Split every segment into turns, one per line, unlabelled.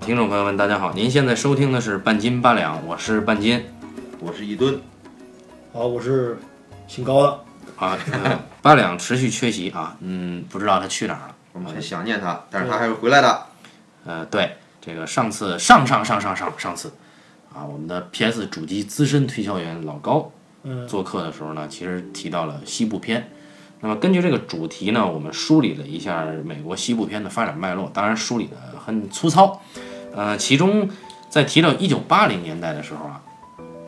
听众朋友们，大家好，您现在收听的是半斤八两，我是半斤
我是一吨，
好，我是姓高的，
啊、呃八两持续缺席啊，嗯，不知道他去哪儿了。
我们很想念他，但是他还会回来的。
呃，对，这个上次上上上上上上次啊，我们的 PS 主机资深推销员老高
嗯，
做客的时候呢，其实提到了西部片。那么根据这个主题呢，我们梳理了一下美国西部片的发展脉络，当然梳理的很粗糙。呃，其中在提到一九八零年代的时候啊，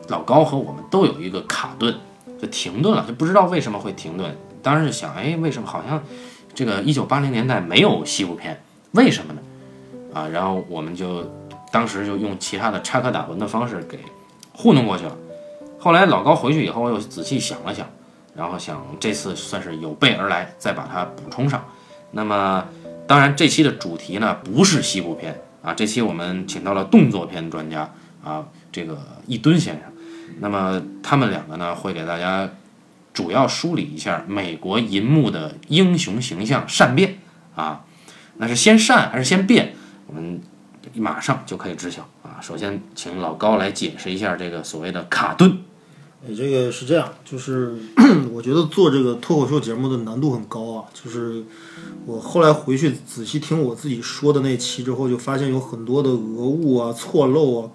老高和我们都有一个卡顿，就停顿了，就不知道为什么会停顿。当时就想，哎，为什么好像这个一九八零年代没有西部片？为什么呢？啊，然后我们就当时就用其他的插科打诨的方式给糊弄过去了。后来老高回去以后，又仔细想了想，然后想这次算是有备而来，再把它补充上。那么，当然这期的主题呢不是西部片啊，这期我们请到了动作片专家啊，这个一吨先生。那么他们两个呢会给大家主要梳理一下美国银幕的英雄形象善变啊，那是先善还是先变？我们马上就可以知晓啊。首先，请老高来解释一下这个所谓的卡顿。
哎，这个是这样，就是 我觉得做这个脱口秀节目的难度很高啊，就是我后来回去仔细听我自己说的那期之后，就发现有很多的讹误啊、错漏啊，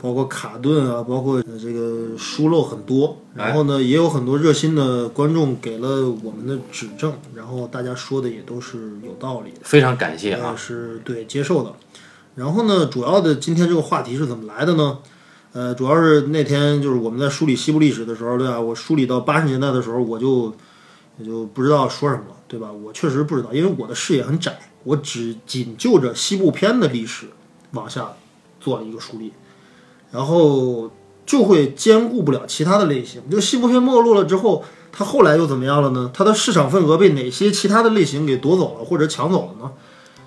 包括卡顿啊，包括呃这个疏漏很多。然后呢，也有很多热心的观众给了我们的指正，然后大家说的也都是有道理的。
非常感谢啊
呃，是对接受的。然后呢，主要的今天这个话题是怎么来的呢？呃，主要是那天就是我们在梳理西部历史的时候，对吧？我梳理到八十年代的时候，我就也就不知道说什么了，对吧？我确实不知道，因为我的视野很窄，我只仅就着西部片的历史往下做了一个梳理，然后就会兼顾不了其他的类型。就西部片没落了之后，它后来又怎么样了呢？它的市场份额被哪些其他的类型给夺走了或者抢走了呢？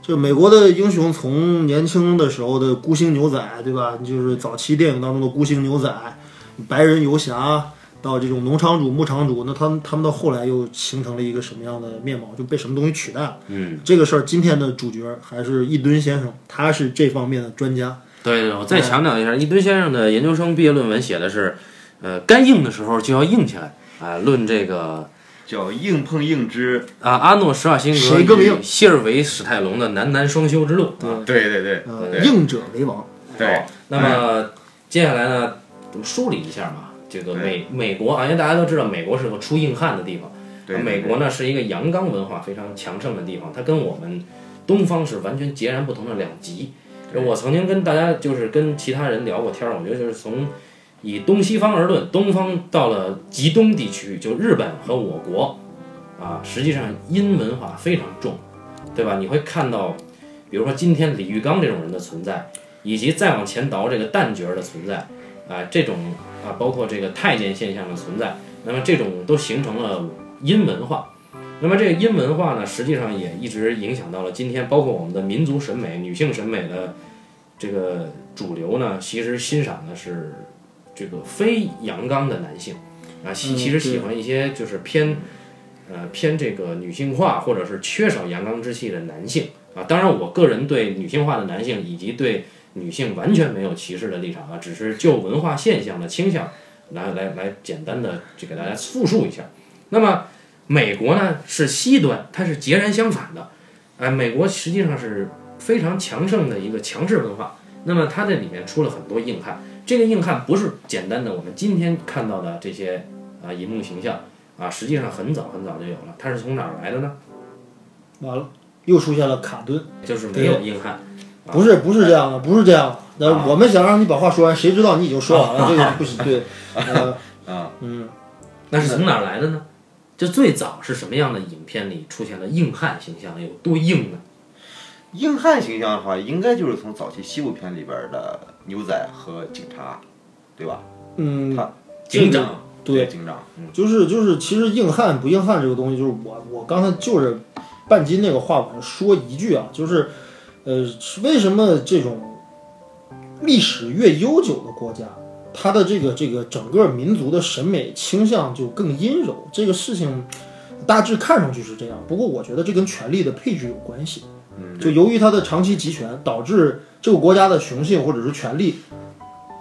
就美国的英雄，从年轻的时候的孤星牛仔，对吧？就是早期电影当中的孤星牛仔、白人游侠，到这种农场主、牧场主，那他们他们到后来又形成了一个什么样的面貌？就被什么东西取代了？嗯，这个事儿今天的主角还是一吨先生，他是这方面的专家。
对对，我再强调一下，一吨先生的研究生毕业论文写的是，呃，该硬的时候就要硬起来啊、论这个
叫硬碰硬之，
啊，阿诺·施瓦辛
谁
格
更嗯
与
硬
希尔维·史泰龙的男男双修之路啊。
对对对
呃，
对
硬者为王。
对，
那么接下来呢，我们梳理一下嘛，这个美美国啊，因为大家都知道美国是个出硬汉的地方，
对
啊美国呢是一个阳刚文化非常强盛的地方，它跟我们东方是完全截然不同的两极。就我曾经跟大家就是跟其他人聊过天儿，我觉得就是从以东西方而论，东方到了极东地区，就日本和我国啊，实际上阴文化非常重，对吧？你会看到，比如说今天李玉刚这种人的存在。以及再往前倒这个旦角儿的存在，啊、这种啊、包括这个太监现象的存在，那么这种都形成了阴文化。那么这个阴文化呢，实际上也一直影响到了今天，包括我们的民族审美、女性审美的这个主流呢，其实欣赏的是这个非阳刚的男性啊，其
嗯
其实喜
对
欢一些就是偏呃偏这个女性化或者是缺少阳刚之气的男性啊。当然，我个人对女性化的男性以及对女性完全没有歧视的立场啊，只是就文化现象的倾向来来来简单的就给大家复述一下。那么美国呢是西端，它是截然相反的，哎，美国实际上是非常强盛的一个强势文化。那么它这里面出了很多硬汉，这个硬汉不是简单的我们今天看到的这些啊银幕形象啊，实际上很早很早就有了。它是从哪儿来的呢？
完了，又出现了卡顿，
就是没有硬汉，啊
不是不是这样的，不是这样的。
啊
那我们想让你把话说完，谁知道你已经说完了，这个不行。对，呃，
啊，
嗯。
那是从哪儿来的呢？就最早是什么样的影片里出现了硬汉形象，有多硬呢？
硬汉形象的话，应该就是从早期西部片里边的牛仔和警察，对吧？
嗯
他，
警长，
对，
警长，嗯，
就是就是，其实硬汉不硬汉这个东西，就是我我刚才就是半斤那个话，我说一句啊，就是呃，为什么这种历史越悠久的国家，它的这个这个整个民族的审美倾向就更阴柔？这个事情大致看上去是这样，不过我觉得这跟权力的配置有关系。
嗯
就由于他的长期集权，导致这个国家的雄性或者是权力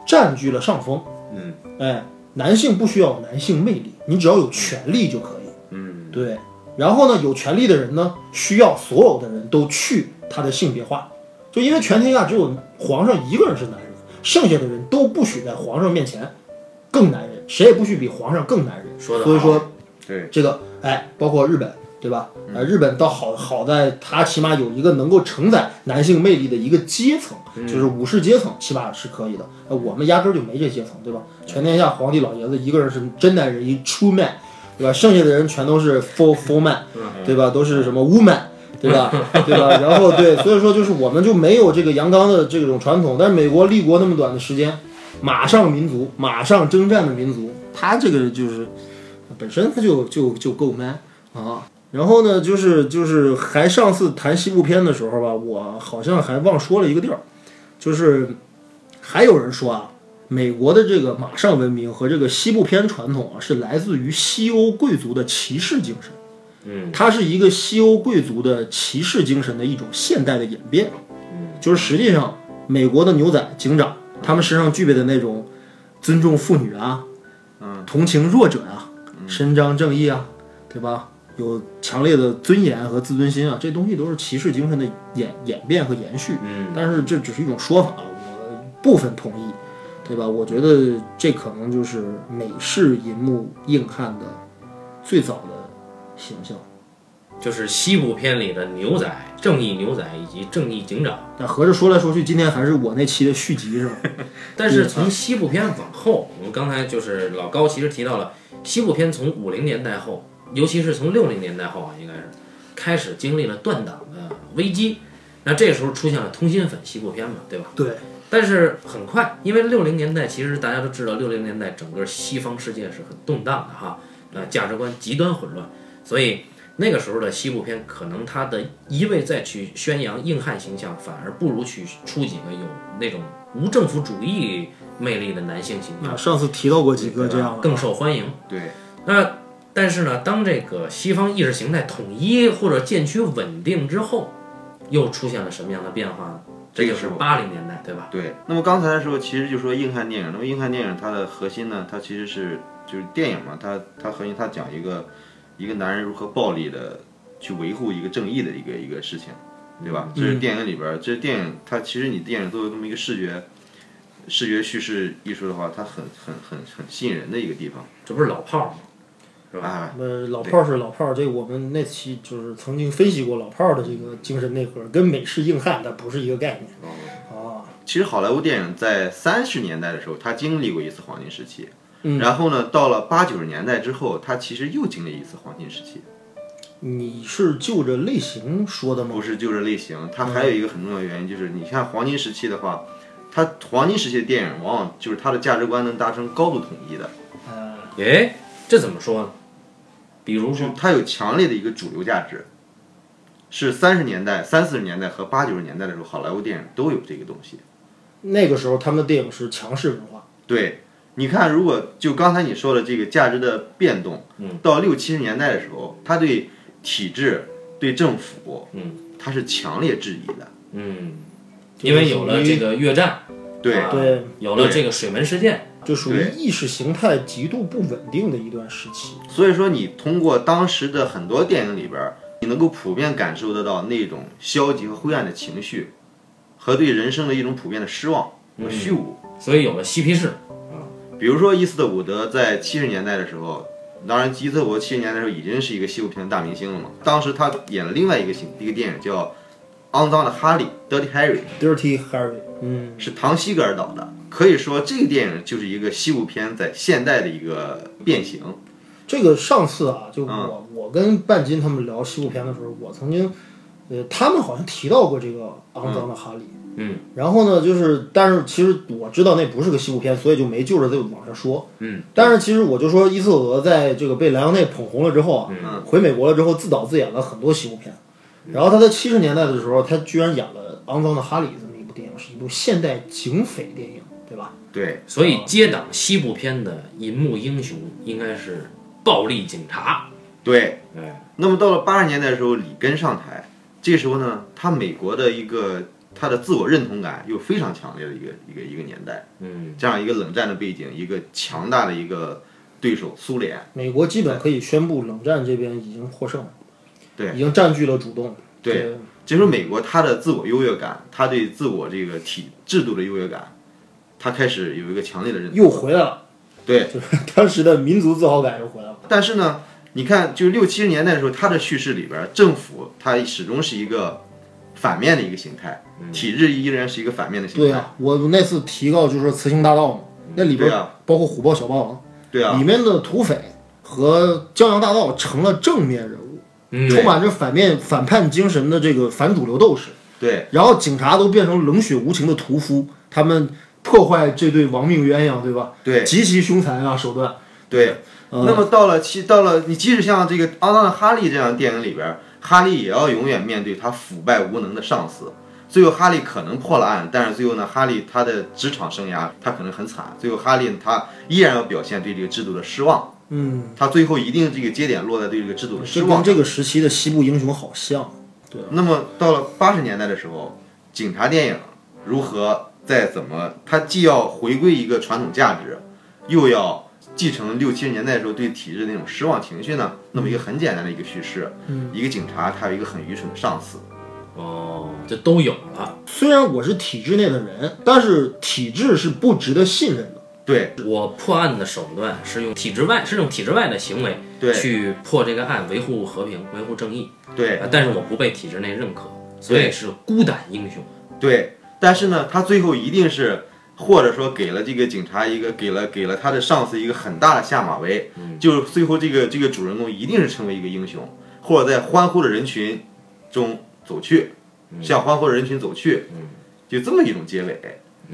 占据了上风。
嗯，
哎，男性不需要男性魅力，你只要有权力就可以。
嗯
对，然后呢，有权利的人呢，需要所有的人都去他的性别化，就因为全天下只有皇上一个人是男人，剩下的人都不许在皇上面前更男人，谁也不许比皇上更男人。
说得
所以说
对，
这个，哎，包括日本，对吧？呃，日本倒好好在它起码有一个能够承载男性魅力的一个阶层，就是武士阶层，起码是可以的。呃，我们压根儿就没这阶层，对吧？全天下皇帝老爷子一个人是真男人，一 true man，对吧？剩下的人全都是 for for man，对吧？都是什么 woman。对吧？对吧？然后对，所以说就是我们就没有这个阳刚的这种传统，但是美国立国那么短的时间，马上民族，马上征战的民族，他这个就是本身它就就就够 man 啊。然后呢，就是就是还上次谈西部片的时候吧，我好像还忘说了一个地儿，就是还有人说啊，美国的这个马上文明和这个西部片传统啊，是来自于西欧贵族的骑士精神。嗯，它是一个西欧贵族的骑士精神的一种现代的演变。嗯，就是实际上美国的牛仔警长他们身上具备的那种尊重妇女啊，同情弱者啊，伸张正义啊，对吧？有强烈的尊严和自尊心啊，这东西都是骑士精神的演演变和延续。
嗯，
但是这只是一种说法，我部分同意，对吧？我觉得这可能就是美式银幕硬汉的最早的形象。
就是西部片里的牛仔、正义牛仔以及正义警长。
那合着说来说去，今天还是我那期的续集是吧？
但是从西部片往后，我们刚才就是老高其实提到了西部片从五零年代后，尤其是从六零年代后啊，应该是开始经历了断档的危机。那这时候出现了通心粉西部片嘛，对吧？
对，
但是很快，因为六零年代其实大家都知道，六零年代整个西方世界是很动荡的哈，呃，价值观极端混乱，所以那个时候的西部片可能它的一味再去宣扬硬汉形象，反而不如去出几个有那种无政府主义魅力的男性形象
那，上次提到过啊几个这样的，
更受欢迎。
对，
那但是呢，当这个西方意识形态统一或者渐趋稳定之后，又出现了什么样的变化呢？这
这
就
个
是
是我
八零年代，对吧？
对，那么刚才的时候，其实就说硬汉电影，那么硬汉电影它的核心呢，它其实是就是电影嘛，它它核心它讲一个一个男人如何暴力的去维护一个正义的一个一个事情，对吧？这是电影里边儿，这是电影它其实你电影作为这么一个视觉视觉叙事艺术的话，它很很很很吸引人的一个地方，啊
这不是老炮儿吗？
是吧？
呃，老炮儿是老炮儿，这个我们那期就是曾经分析过老炮儿的这个精神内核，跟美式硬汉它不是一个概念。哦，
其实好莱坞电影在三十年代的时候，它经历过一次黄金时期，
嗯
然后呢，到了八九十年代之后，它其实又经历一次黄金时期。
你是就着类型说的吗？
不是就是类型，它还有一个很重要的原因就是，你看黄金时期的话，它黄金时期的电影往往就是它的价值观能达成高度统一的，
呃，
哎，这怎么说呢？比如
就是
说，
它有强烈的一个主流价值，是三十年代、三四十年代和八九十年代的时候，好莱坞电影都有这个东西。
那个时候他们的电影是强势文化，
对，你看，如果就刚才你说的这个价值的变动，
嗯，
到六七十年代的时候，它对体制、对政府，
嗯，
它是强烈质疑的。
嗯，因为有了这个越战，
对
啊
对，
有了这个水门事件，
就属于
对
意识形态极度不稳定的一段时期。
所以说，你通过当时的很多电影里边儿，你能够普遍感受得到那种消极和灰暗的情绪，和对人生的一种普遍的失望和虚无。
所以有了嬉皮士。
比如说，伊斯特伍德在七十年代的时候，当然伊斯特伍德七十年代的时候已经是一个西部片的大明星了嘛。当时他演了另外一个形一个电影叫《肮脏的哈利》（Dirty Harry），
Dirty Harry，嗯，
是唐·西格尔导的。可以说，这个电影就是一个西部片在现代的一个变形。
这个上次啊，就
嗯
我、我跟半斤他们聊西部片的时候，我曾经，呃，他们好像提到过这个肮脏的哈利。
嗯，
然后呢，就是，但是其实我知道那不是个西部片，所以就没就着就往下说。
嗯，
但是其实我就说，伊斯特伍德在这个被莱昂内捧红了之后啊，
嗯
回美国了之后自导自演了很多西部片。然后他在七十年代的时候，他居然演了《肮脏的哈利》这么一部电影，是一部现代警匪电影，对吧？
对，
所以接档西部片的银幕英雄应该是暴力警察，
对，
对，
哎
那么到了八十年代的时候，里根上台，这时候呢，他美国的一个他的自我认同感又非常强烈的一个一个一个年代，
嗯，
这样一个冷战的背景，一个强大的一个对手苏联，
美国基本可以宣布冷战这边已经获胜了，
对
已经占据了主动。
对这时候美国他的自我优越感，他对自我这个体制度的优越感，他开始有一个强烈的认
对，
同，
又回来了，
对。
就是当时的民族自豪感又回来 了。
但是呢，你看，就六七十年代的时候，它的叙事里边儿，政府它始终是一个反面的一个形态，体制依然是一个反面的形
嗯对
态。
啊，我那次提到就是说慈禧大盗嘛，那里边
对啊
包括虎豹小霸王，
对啊，
里面的土匪和江洋大盗成了正面人物，
嗯
充满着反面反叛精神的这个反主流斗士。
对啊
然后警察都变成冷血无情的屠夫，他们破坏这对亡命鸳鸯，对吧？
对
极其凶残啊手段。
对。
嗯
那么到了七，到了你即使像这个《肮脏的哈利》这样的电影里边儿，哈利也要永远面对他腐败无能的上司。最后，哈利可能破了案，但是最后呢，哈利他的职场生涯他可能很惨。最后，哈利他依然要表现对这个制度的失望，
嗯，
他最后一定这个节点落在对这个制度的失
这
望上
跟。这个时期的西部英雄好像。对，啊
那么到了八十年代的时候，警察电影如何再怎么，它既要回归一个传统价值，又要继承六七十年代的时候对体制那种失望情绪呢？那么一个很简单的一个叙事，
嗯
一个警察他有一个很愚蠢的上司，
哦，这都有了。
虽然我是体制内的人，但是体制是不值得信任的。
对
我破案的手段是用体制外，是用体制外的行为
对
去破这个案，维护和平，维护正义。
对
啊但是我不被体制内认可，所以是孤胆英雄。
对，但是呢，他最后一定是。或者说给了这个警察一个给了给了他的上司一个很大的下马威，就是最后这个这个主人公一定是成为一个英雄，或者在欢呼的人群中走去，向欢呼的人群走去，就这么一种结尾。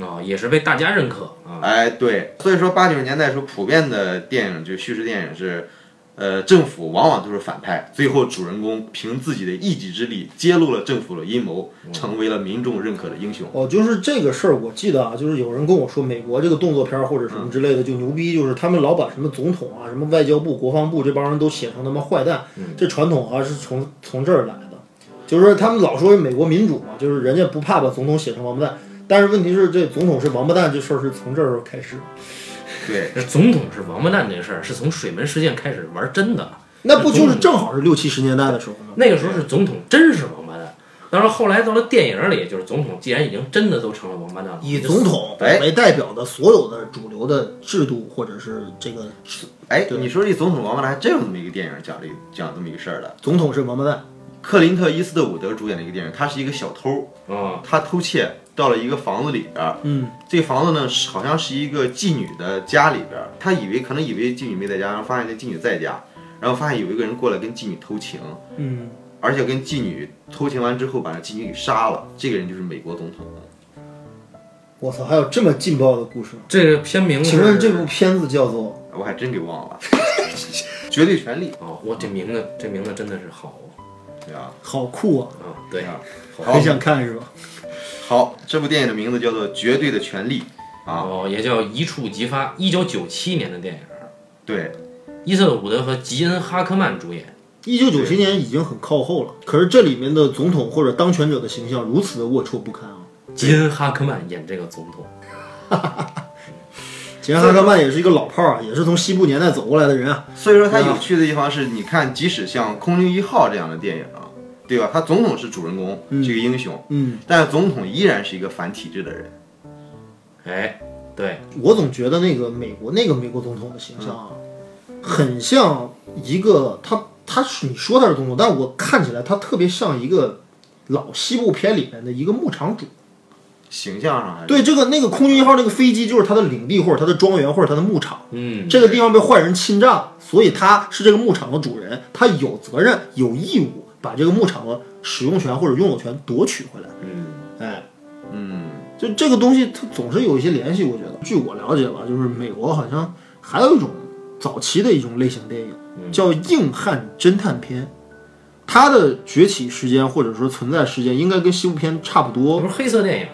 哦，也是被大家认可啊。
哎，对，所以说八九十年代时候普遍的电影就叙事电影是，呃，政府往往都是反派，最后主人公凭自己的一己之力揭露了政府的阴谋，成为了民众认可的英雄。
哦，就是这个事儿，我记得啊，就是有人跟我说，美国这个动作片儿或者什么之类的就牛逼，就是他们老把什么总统啊、什么外交部、国防部这帮人都写成他妈坏蛋，这传统啊是从从这儿来的。就是说他们老说美国民主嘛，就是人家不怕把总统写成王八蛋，但是问题是这总统是王八蛋这事儿是从这儿开始。
对，
这总统是王八蛋这事儿，是从水门事件开始玩真的。
那不就是正好是六七十年代的时候吗？
那个时候是总统真是王八蛋，当然后来到了电影里，就是总统既然已经真的都成了王八蛋了，
以
就
总统为代表的所有的主流的制度或者是这个
哎，你说这总统王八蛋还真有这么一个电影讲这讲这么一个事儿的，
总统是王八蛋，
克林特·伊斯特伍德主演的一个电影，他是一个小偷，
啊，
他偷窃到了一个房子里边儿，
嗯，
这房子呢是好像是一个妓女的家里边儿，他以为可能以为妓女没在家，然后发现这妓女在家，然后发现有一个人过来跟妓女偷情，
嗯，
而且跟妓女偷情完之后把那妓女给杀了，这个人就是美国总统。
我操，还有这么劲爆的故事吗？
这个片名是
请问这部片子叫做？
我还真给忘 了，绝对权力，
哦，我这名字这名字真的是好
对吧？
好酷啊！
啊，对
啊，好
很想看是吧？
好，这部电影的名字叫做《绝对的权力》啊，
哦，也叫一触即发，一九九七年的电影，
对
伊瑟伍德和吉恩哈克曼主演，
一九九七年已经很靠后了，可是这里面的总统或者当权者的形象如此的龌龊不堪啊！
吉恩哈克曼演这个总统，
杰哈克曼也是一个老炮儿啊，也是从西部年代走过来的人啊。
所以说它有趣的地方是，你看，即使像《空军一号》这样的电影啊，对吧？它总统是主人公，是一个英雄，
嗯，
但是总统依然是一个反体制的人。
哎，对，
我总觉得那个美国那个美国总统的形象啊，很像一个他他是你说他是总统，但我看起来他特别像一个老西部片里面的一个牧场主。
形象上还是
对，这个那个空军一号那个飞机就是他的领地或者他的庄园或者他的牧场。
嗯，
这个地方被坏人侵占了，所以他是这个牧场的主人，他有责任、有义务把这个牧场的使用权或者拥有权夺取回来。
嗯，
哎，
嗯，
就这个东西，它总是有一些联系。我觉得，据我了解吧，就是美国好像还有一种早期的一种类型电影，叫硬汉侦探片。它的崛起时间或者说存在时间，应该跟西部片差不
这
多
不。是黑色电影吗？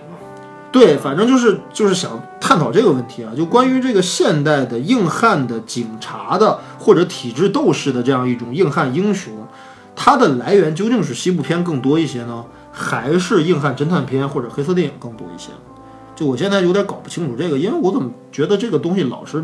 对，反正就是就是想探讨这个问题啊，就关于这个现代的硬汉的警察的或者体制斗士的这样一种硬汉英雄，它的来源究竟是西部片更多一些呢，还是硬汉侦探片或者黑色电影更多一些？就我现在有点搞不清楚这个，因为我怎么觉得这个东西老是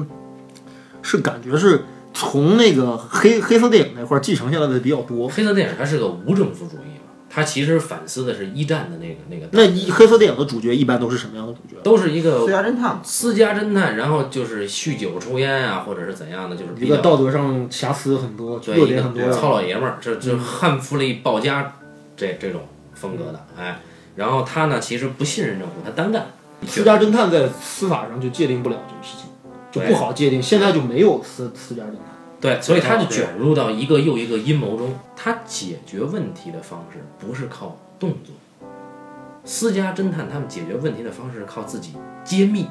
是感觉是从那个黑黑色电影那块儿继承下来的比较多。
黑色电影它是个无政府主义嘛，它其实反思的是一战的那个那个，
那一黑色电影的主角一般都是什么样的主角？
都是一个
私家侦探嘛，
私家侦探，然后就是酗酒抽烟啊，或者是怎样的，就是
一
比
个
较
道德上瑕疵很多，
对
弱
一
点很多啊嗯
个
的。
糙老爷们儿，这这悍夫了一暴家这这种风格
嗯
的，哎，然后他呢其实不信任政府，他单干，
私家侦探在司法上就界定不了这个事情，就
对
不好界定。现在就没有私私家侦探，
对，所以他就
对
卷入到一个又一个阴谋中。他解决问题的方式不是靠动作，私家侦探他们解决问题的方式是靠自己揭秘、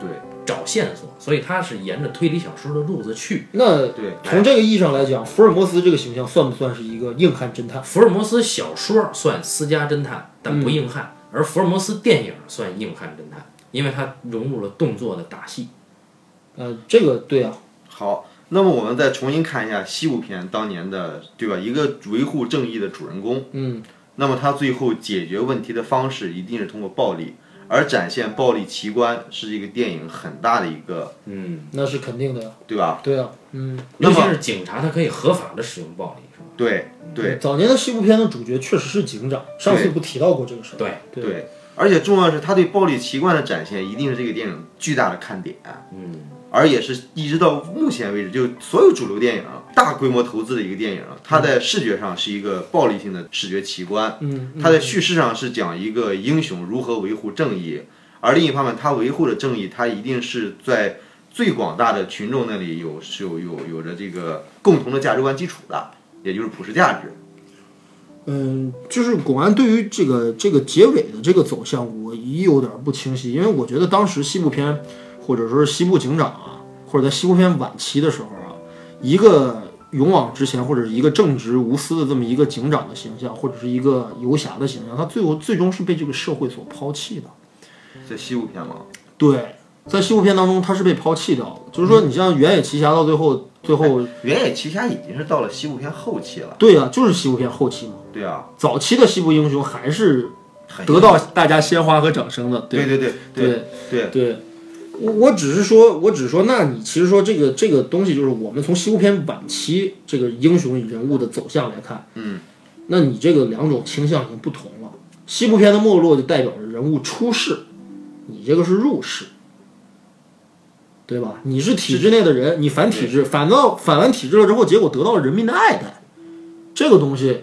对
找线索，所以他是沿着推理小说的路子去。
那
对，
从这个意义上来讲，福尔摩斯这个形象算不算是一个硬汉侦探？
福尔摩斯小说算私家侦探，但不硬汉；而福尔摩斯电影算硬汉侦探，因为它融入了动作的打戏。
呃，这个对啊，
好，那么我们再重新看一下西部片当年的，对吧？一个维护正义的主人公，
嗯，
那么他最后解决问题的方式一定是通过暴力，而展现暴力奇观是这个电影很大的一个，
嗯，
那是肯定的呀，
对吧？
对啊，嗯，
那
尤
么
其是警察，他可以合法的使用暴力，是吧？
对对
早年的西部片的主角确实是警长，上次
对
不提到过这个事儿，
对
对
对，而且重要的是他对暴力奇观的展现一定是这个电影巨大的看点。
嗯，
而也是一直到目前为止，就所有主流电影大规模投资的一个电影，它在视觉上是一个暴力性的视觉奇观，
嗯，
它在叙事上是讲一个英雄如何维护正义，而另一方面，他维护的正义，他一定是在最广大的群众那里有是有有有着这个共同的价值观基础的，也就是普世价值。
嗯，就是巩安对于这个这个结尾的这个走向，我一有点不清晰，因为我觉得当时西部片，或者说是西部警长啊，或者在西部片晚期的时候啊，一个勇往直前或者是一个正直无私的这么一个警长的形象，或者是一个游侠的形象，他最后最终是被这个社会所抛弃的。
在西部片嘛，
对，在西部片当中，他是被抛弃掉的。就是说，你像《原野奇侠》到最后，最 后，
《原野奇侠》已经是到了西部片后期了，
对啊，就是西部片后期嘛。
对啊，
早期的西部英雄还是
很
得到大家鲜花和掌声的，
对对对
对
对
对，我我只是说，我只是说，那你其实说这个这个东西，就是我们从西部片晚期这个英雄人物的走向来看，
嗯，
那你这个两种倾向已经不同了。西部片的没落就代表着人物出世，你这个是入世，对吧？你是体制内的人，你反体制，反倒反完体制了之后，结果得到了人民的爱戴，这个东西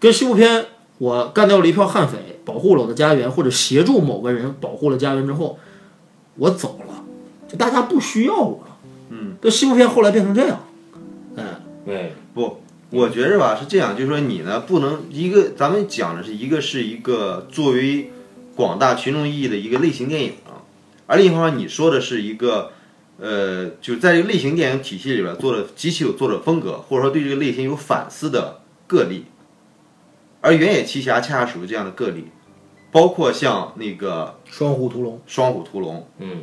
跟西部片我干掉了一票悍匪，保护了我的家园，或者协助某个人保护了家园之后，我走了，就大家不需要我了。
嗯，
这西部片后来变成这样，哎，
对，
不，我觉着吧是这样，就是说你呢不能一个，咱们讲的是一个是一个作为广大群众意义的一个类型电影，啊而另一方面你说的是一个，呃，就是在这个类型电影体系里边做的极其有作者风格，或者说对这个类型有反思的个例，而《原野奇侠》恰恰属于这样的个例，包括像那个
双虎屠龙
《双虎屠龙
嗯，》，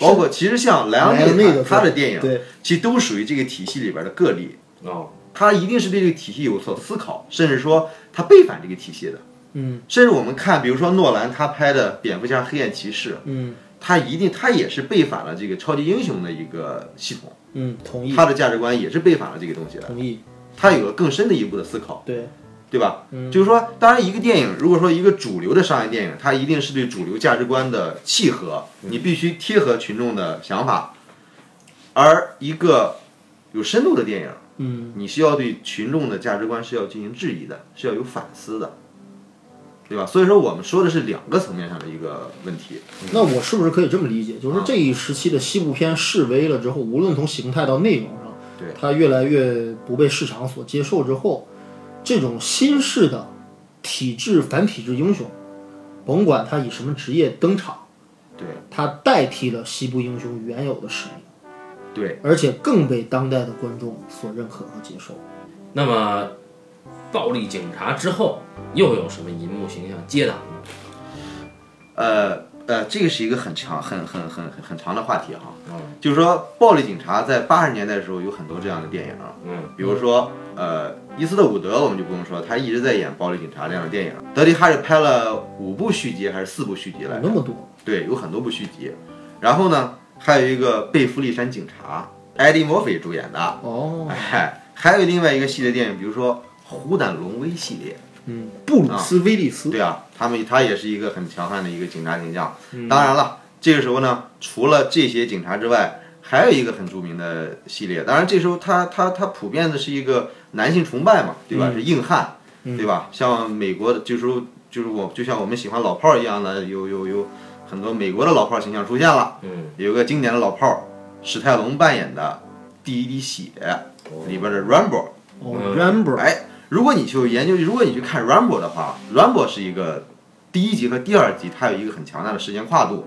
包括其实像莱昂
莱昂
内
内
塔
的
他的电影，
对，
其实都属于这个体系里边的个例。
哦，
他一定是对这个体系有所思考，甚至说他背反这个体系的。
嗯
甚至我们看，比如说诺兰他拍的《蝙蝠侠：黑暗骑士》，
嗯
他一定他也是背反了这个超级英雄的一个系统，
嗯，同意
他的价值观也是背反了这个东西的。
同意，
他有了更深的一步的思考，
对，嗯
对吧？就是说，当然一个电影，如果说一个主流的商业电影，它一定是对主流价值观的契合，
嗯
你必须贴合群众的想法。而一个有深度的电影，
嗯
你是要对群众的价值观是要进行质疑的，是要有反思的，对吧？所以说我们说的是两个层面上的一个问题。
那我是不是可以这么理解，
啊
就是这一时期的西部片式微了之后，无论从形态到内容上，
对
它越来越不被市场所接受之后，这种新式的体制反体制英雄，甭管他以什么职业登场，
对
他代替了西部英雄原有的使命。
对，
而且更被当代的观众所认可和接受。
那么暴力警察之后又有什么银幕形象接档呢？
呃，呃，这个是一个很长、很很很很很长的话题哈。嗯，就是说，暴力警察在八十年代的时候有很多这样的电影。嗯，比如说，呃，伊斯特伍德我们就不用说，他一直在演暴力警察这样的电影。德里哈里拍了五部续集还是四部续嗯集来
有
着？
那么多，
对，有很多部续集。然后呢，还有一个《贝弗利山警察》，艾迪·墨菲主演的。
哦，
哎，还有另外一个系列电影，比如说《虎胆龙威》系列。
嗯，布鲁斯威利斯，
对啊，他们他也是一个很强悍的一个警察形象。当然了，这个时候呢，除了这些警察之外，还有一个很著名的系列。当然，这时候他他他普遍的是一个男性崇拜嘛，对吧？是硬汉，对吧？像美国的，就是说就是我就像我们喜欢老炮儿一样的，有有有很多美国的老炮儿形象出现了。
嗯，
有个经典的老炮儿，史泰龙扮演的《第一滴血》里边的 Rambo，
哦，Rambo，
哎，如果你去研究，如果你去看 Rambo 的话，Rambo 是一个第一集和第二集，它有一个很强大的时间跨度。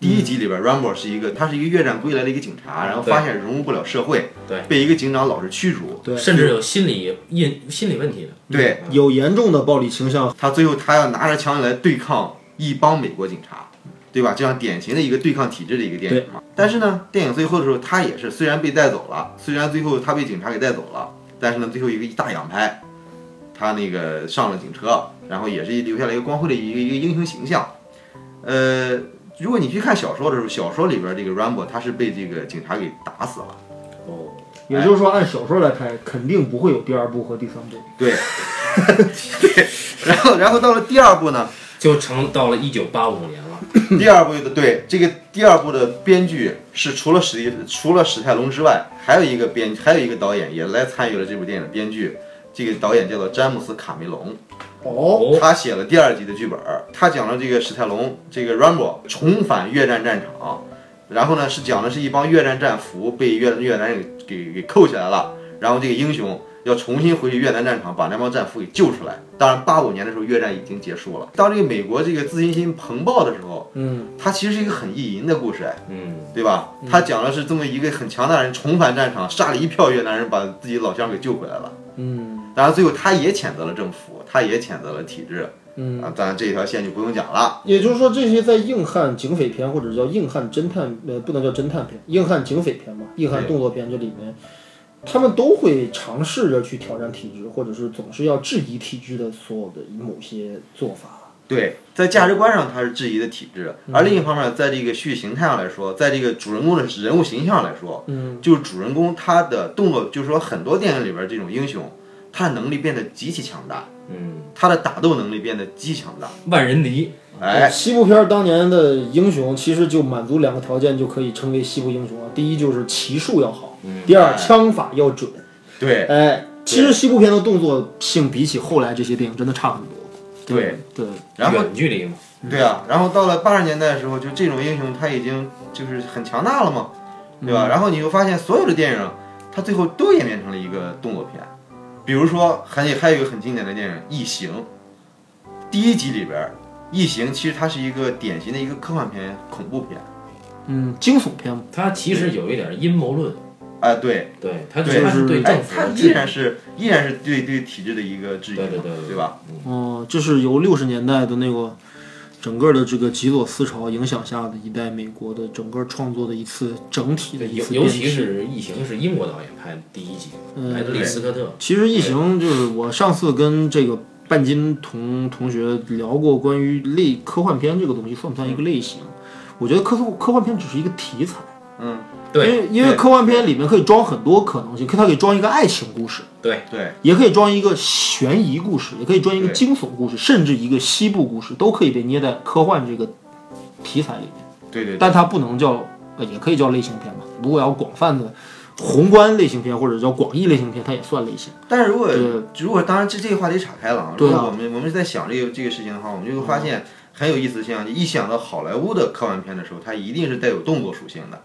第一集里边，Rambo 是一个，他是一个越战归来的一个警察，然后发现融入不了社会，
对
被一个警长老是驱逐，
对，
甚至有心理因心理问题的。
对
有严重的暴力倾向，
他最后他要拿着枪来对抗一帮美国警察，对吧？这样典型的一个对抗体制的一个电影嘛。但是呢，电影最后的时候，他也是虽然被带走了，虽然最后他被警察给带走了，但是呢，最后一个一大仰拍，他那个上了警车，然后也是留下了一个光辉的一个一个英雄形象。呃，如果你去看小说的时候，小说里边这个 Rambo 他是被这个警察给打死了，
哦，
也就是说按小说来拍，肯定不会有第二部和第三部。
对， 对，然后然后到了第二部呢，
就成到了一九八五年了。
第二部的对这个第二部的编剧是除了史蒂除了史泰龙之外，还有一个编还有一个导演也来参与了这部电影的编剧。这个导演叫做詹姆斯·卡梅隆，
哦，
哦，
他写了第二集的剧本儿，他讲了这个史泰龙这个 Rambo 重返越战战场，然后呢是讲的是一帮越战战俘被越越南人给给给扣起来了，然后这个英雄要重新回去越南战场把那帮战俘给救出来。当然，八五年的时候越战已经结束了，当这个美国这个自信心膨胀的时候，
嗯，
它其实是一个很意淫的故事，哎，
嗯，
对吧？它讲的是这么一个很强大的人重返战场，杀了一票越南人，把自己老乡给救回来了。
嗯
当然，最后他也谴责了政府，他也谴责了体制
嗯，
啊。当然，这条线就不用讲了。
也就是说，这些在硬汉警匪片或者叫硬汉侦探，呃，不能叫侦探片，硬汉警匪片嘛，硬汉
对
动作片这里面，他们都会尝试着去挑战体制，或者是总是要质疑体制的所有的某些做法。
对，在价值观上它是质疑的体制，
嗯
而另一方面，在这个叙事形态上来说，在这个主人公的人物形象来说，
嗯，
就是主人公他的动作，就是说很多电影里边这种英雄，他能力变得极其强大，
嗯，
他的打斗能力变得极强大。
万人迷。
哎，
西部片儿当年的英雄其实就满足两个条件就可以称为西部英雄了，第一就是骑术要好，第二
哎
枪法要准。
对
哎，其实西部片的动作性比起后来这些电影真的差很多。
对，
对，
然后
远距离嘛，
对啊，然后到了八十年代的时候，就这种英雄他已经就是很强大了嘛，对
嗯
吧？然后你会发现所有的电影，它最后都演变成了一个动作片，比如说还有还有一个很经典的电影《异形》，第一集里边儿，《异形》其实它是一个典型的一个科幻片、恐怖片，
嗯，惊悚片嘛，
他其实有一点阴谋论，
哎、对，
对，他
对
他是对
哎
政，府
它
的
依
质疑。
然是依然是对对体制的一个质疑嘛，
对对对
对吧？？
哦，这是由六十年代的那个整个的这个极左思潮影响下的一代美国的整个创作的一次整体的
对，
一
尤
次
尤
变
其
体。
是《异形》是英国导演拍的第一集，
嗯
莱德利·斯科特。
其实《异形》就是我上次跟这个半斤同同学聊过关于类科幻片这个东西算不算一个类型？我觉得科科幻片只是一个题材，
嗯，
对
因为因为
对
科幻片里面可以装很多可能性，可它可以装一个爱情故事，
对，
对
也可以装一个悬疑故事，也可以装一个
对
惊悚故事，甚至一个西部故事，都可以被捏在科幻这个题材里面。
对对对，
但它不能叫，呃也可以叫类型片吧。如果要广泛的宏观类型片或者叫广义类型片，它也算类型。
但是如果
对
如果当然这这个话题岔开了啊，
对嗯
如
啊
果我们我们在想这个这个事情的话，我们就会发现很有意思的现象，你一想到好莱坞的科幻片的时候，它一定是带有动作属性的，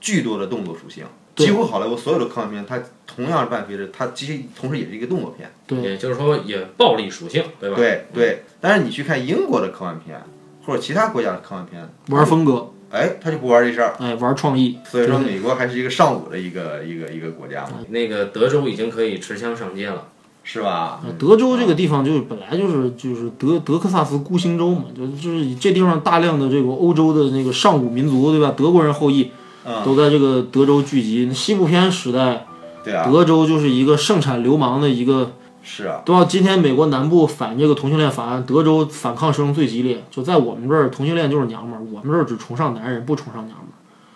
巨多的动作属性。
对
几乎好莱坞所有的科幻片，它同样伴随着它，其实同时也是一个动作片。
对，
也就是说也暴力属性，对吧？嗯
对对，但是你去看英国的科幻片，或者其他国家的科幻片，
玩风格，
哎，他就不玩这事儿。
哎，玩创意。
所以说，
对
啊
美国还是一个尚武的一个一个一个国家嘛。
那个德州已经可以持枪上街了，
是吧？
德州这个地方就是本来就是就是德德克萨斯孤星州嘛，就就是这地方大量的这个欧洲的那个上古民族，对吧？德国人后裔
嗯，
都在这个德州聚集。那西部片时代，
对啊，
德州就是一个盛产流氓的一个。
是啊，
都要今天美国南部反这个同性恋法案，德州反抗声最激烈。就在我们这儿，同性恋就是娘们儿，我们这儿只崇尚男人，不崇尚娘们儿。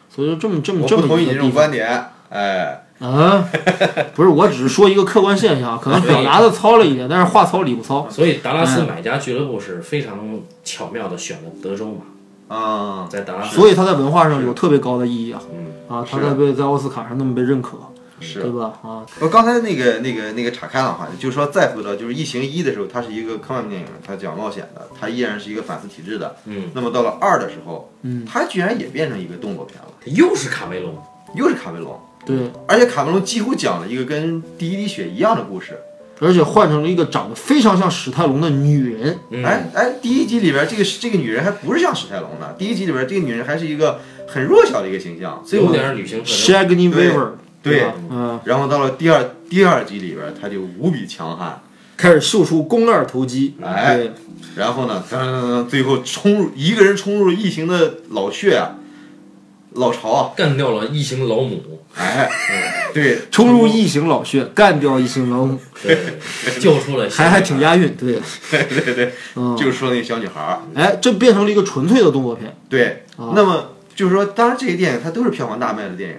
所以就这么这么
我
这
不
么
同意
一
你
个
这
地
种
方
观点，哎，
啊，不是，我只是说一个客观现象，可能表达的糙了一点，但是话糙理不糙。
所以达拉
嗯
斯买家俱乐部是非常巧妙的选了德州嘛，
嗯，
在达拉斯
所以它在文化上有特别高的意义啊
嗯
啊，它
是
在被在奥斯卡上那么被认可，
是
对吧？啊，
我呃刚才那个那个那个岔开了哈，就是说再回到就是《异形一》的时候，它是一个科幻电影，它讲冒险的，它依然是一个反思体制的。
嗯，
那么到了二的时候，
嗯，
它居然也变成一个动作片了，
又是卡梅隆，
又是卡梅隆，
对，
而且卡梅隆几乎讲了一个跟《第一滴血》一样的故事。
而且换成了一个长得非常像史泰龙的女人，
嗯，
哎哎，第一集里边这个这个女人还不是像史泰龙呢，第一集里边这个女人还是一个很弱小的一个形象，所以
有
我
点旅行社
s h a g n y
对
Weaver，
对
吧，嗯，
然后到了第二第二集里边，她就无比强悍，
开始秀出肱二头肌，
哎
对，
然后呢，噔噔噔噔，最后冲入一个人冲入异形的老血啊，老巢啊，
干掉了异形老母，
哎，对，
冲入异形老血，干掉异形老母，
对，救出了
还还挺押韵， 对，
就是说那个小女孩儿，
哎，这变成了一个纯粹的动作片，
对，那么就是说，当然这些电影它都是票房大卖的电影，